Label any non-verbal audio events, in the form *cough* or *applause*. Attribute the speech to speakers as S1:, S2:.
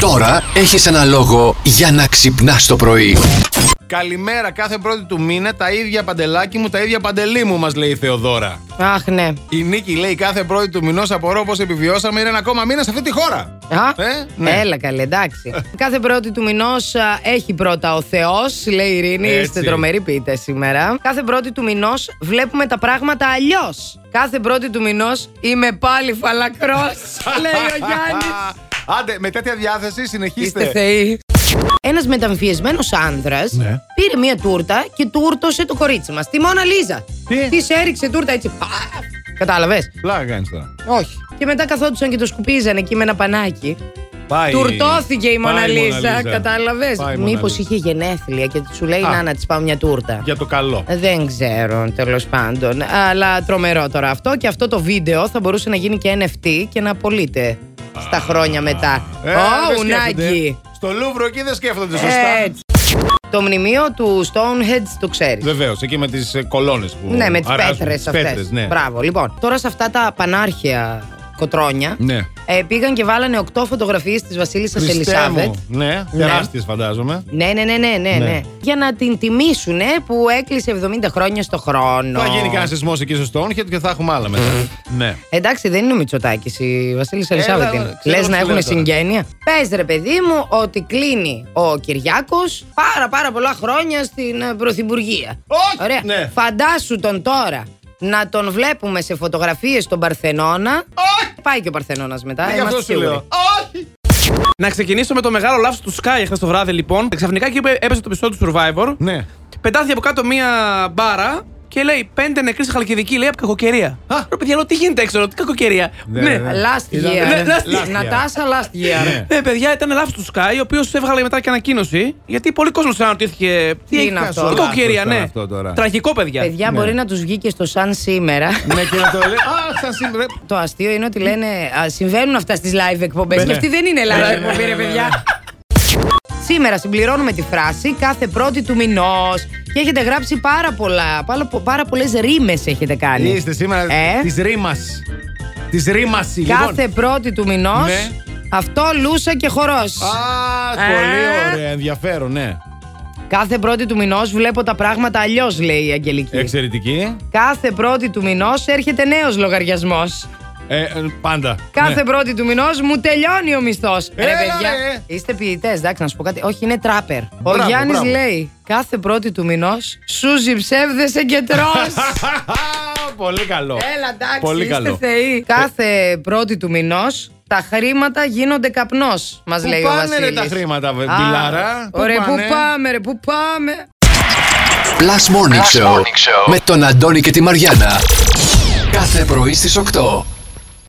S1: Τώρα έχεις ένα λόγο για να ξυπνάς το πρωί.
S2: Καλημέρα, κάθε πρώτη του μήνα τα ίδια παντελάκι μου, τα ίδια παντελή μου, μας λέει η Θεοδώρα.
S3: Αχ, ναι.
S2: Η Νίκη λέει κάθε πρώτη του μηνός απορώ πώς επιβιώσαμε. Είναι ένα ακόμα μήνα σε αυτή τη χώρα.
S3: Α,
S2: Ε, ναι.
S3: Έλα καλέ, εντάξει.
S2: *laughs*
S3: Κάθε πρώτη του μηνός έχει πρώτα ο Θεός, λέει η Ειρήνη.
S2: Έτσι.
S3: Είστε τρομεροί πείτε σήμερα. Κάθε πρώτη του μηνός βλέπουμε τα πράγματα αλλιώς. Κάθε πρώτη του μηνός είμαι πάλι φαλακρός,
S2: *laughs*
S3: λέει ο Γιάννης.
S2: Α, *laughs* Άντε, με τέτοια διάθεση συνεχίστε.
S3: Είστε θεοί. Ένας μεταμφιεσμένος άνδρας
S2: Ναι.
S3: πήρε μία τούρτα και τούρτωσε το κορίτσι μας. Τη Μόνα Λίζα.
S2: Τι?
S3: Της έριξε τούρτα έτσι. Κατάλαβες.
S2: Πλάκα κάνεις τώρα.
S3: Όχι. Και μετά καθόντουσαν και το σκουπίζαν εκεί με ένα πανάκι.
S2: Πάει.
S3: Τουρτώθηκε η
S2: Πάει
S3: Μοναλίζα, κατάλαβες.
S2: Πάει η Μόνα
S3: Μήπως
S2: Λίζα.
S3: είχε γενέθλια και σου λέει
S2: Α.
S3: να να της πάω μια τούρτα.
S2: Για το καλό.
S3: Δεν ξέρω, τέλος πάντων. Αλλά τρομερό τώρα αυτό. Και αυτό το βίντεο θα μπορούσε να γίνει και NFT και να απολύεται στα χρόνια μετά.
S2: Ε,
S3: Ω,
S2: δεν σκέφτονται.
S3: ουνάκι. Ε,
S2: Στο Λούβρο εκεί δεν σκέφτονται σωστά.
S3: Έτσι. Το μνημείο του Stonehenge το ξέρεις.
S2: Βεβαίως, εκεί με τις κολόνες που.
S3: Ναι, με τις
S2: αράζουν,
S3: πέτρες
S2: τις
S3: αυτές.
S2: πέτρες, Ναι.
S3: Μπράβο. Λοιπόν, τώρα σε αυτά τα πανάρχια κοτρόνια
S2: Ναι.
S3: ε, πήγαν και βάλανε 8 φωτογραφίες της Βασίλισσας
S2: Χριστέ
S3: Ελισάβετ.
S2: μου, Ναι, τεράστιες φαντάζομαι.
S3: Ναι, ναι, ναι, ναι, ναι,
S2: Ναι.
S3: ναι. Για να την τιμήσουνε που έκλεισε 70 χρόνια στο χρόνο.
S2: Θα γίνει κανένα σεισμός εκεί στο Στόνχετ και θα έχουμε άλλα μετά. ναι.
S3: Εντάξει, δεν είναι ο Μητσοτάκης, η Βασίλισσα
S2: Έλα,
S3: Ελισάβετ.
S2: Ε, ξέρω
S3: Λες
S2: πώς
S3: να
S2: τη
S3: έχουν
S2: λέω τώρα.
S3: συγγένεια. Πες ρε, παιδί μου, ότι κλείνει ο Κυριάκος πάρα πάρα πολλά χρόνια στην ε, Πρωθυπουργία.
S2: Όχι,
S3: Ωραία.
S2: ναι.
S3: Φαντάσου τον τώρα να τον βλέπουμε σε φωτογραφίες στον Παρθενώνα.
S2: Όχι! Ναι,
S3: Πάει και ο Παρθενώνας μετά.
S2: Ε, Γι' αυτό
S3: Είμαστε
S2: σου λέω.
S3: σίγουροι.
S2: Όχι!
S4: Να ξεκινήσω με το μεγάλο λάθος του Sky χθε το βράδυ, λοιπόν. Ξαφνικά εκεί που έπεσε το πιστό του Survivor,
S2: Ναι.
S4: πετάχθηκε από κάτω μία μπάρα και λέει Πέντε νεκροί στη χαλκιδική, λέει από κακοκαιρία.
S2: Α.
S4: Ρε παιδιά, λέω, τι γίνεται έξω, ρε, τι κακοκαιρία.
S2: Ναι, ναι.
S3: Ε, Last
S2: Ήταν-
S3: year.
S4: Ναι, last
S2: year.
S3: Νατάσα, last year.
S2: Ναι.
S4: Ναι, παιδιά, ήταν λάθος του Sky, ο οποίος έβγαλε μετά και ανακοίνωση. Γιατί πολλοί κόσμος αναρωτήθηκε.
S3: Τι
S4: έχει
S3: είναι
S4: χάσει,
S3: αυτό.
S4: Τι κακοκαιρία,
S2: Λάθος ήταν
S4: ναι.
S2: αυτό τώρα.
S4: Τραγικό, παιδιά.
S3: Παιδιά, μπορεί να τους βγει και στο σαν σήμερα.
S2: Ναι, και να το λέει. Α, σαν σήμερα.
S3: Το αστείο είναι ότι λένε α, συμβαίνουν αυτά στις live εκπομπές
S2: Ναι.
S3: και αυτή δεν είναι
S2: Ναι,
S3: live
S2: ναι,
S3: εκπομπή
S2: ναι,
S3: ρε
S2: ναι, ναι.
S3: παιδιά. Σήμερα συμπληρώνουμε τη φράση κάθε πρώτη του μηνός και έχετε γράψει πάρα πολλά, πάρα, πο- πάρα πολλές ρήμες έχετε κάνει.
S2: Είστε σήμερα
S3: Ε.
S2: της ρήμας. Της ρήμας.
S3: Κάθε πρώτη του μηνός.
S2: Λοιπόν. Ναι.
S3: Αυτό λούσα και χορός.
S2: Α, πολύ
S3: Ε.
S2: ωραία, ενδιαφέρον, ναι.
S3: Κάθε πρώτη του μηνός βλέπω τα πράγματα αλλιώς, λέει η Αγγελική.
S2: Εξαιρετική.
S3: Κάθε πρώτη του μηνός έρχεται νέος λογαριασμός.
S2: Ε, ε, πάντα.
S3: Κάθε
S2: Ναι. *laughs*
S3: πρώτη του μηνός μου τελειώνει ο μισθός.
S2: Έλα,
S3: Ρε παιδιά,
S2: ρε.
S3: είστε ποιητές, εντάξει, να σου πω κάτι. Όχι, είναι τράπερ. Ο
S2: Μπράβο,
S3: Γιάννης
S2: μπράβο.
S3: λέει: Κάθε πρώτη του μηνός σου ζυψεύδεσαι και τρώ.
S2: *laughs* πολύ καλό.
S3: Έλα, εντάξει,
S2: Πολύ
S3: είστε
S2: καλό. Ε.
S3: θεοί. Κάθε πρώτη του μηνός τα χρήματα γίνονται καπνός, μας
S2: Πού
S3: λέει ο
S2: πάνε
S3: Βασίλης.
S2: ρε τα χρήματα, βε-
S3: Α,
S2: Μπιλάρα.
S3: Ωραία, πού πάμε, ρε, πού πάμε.
S1: Plus Morning, Show, με τον Αντώνη και τη Μαριάνα. Κάθε πρωί στις 8.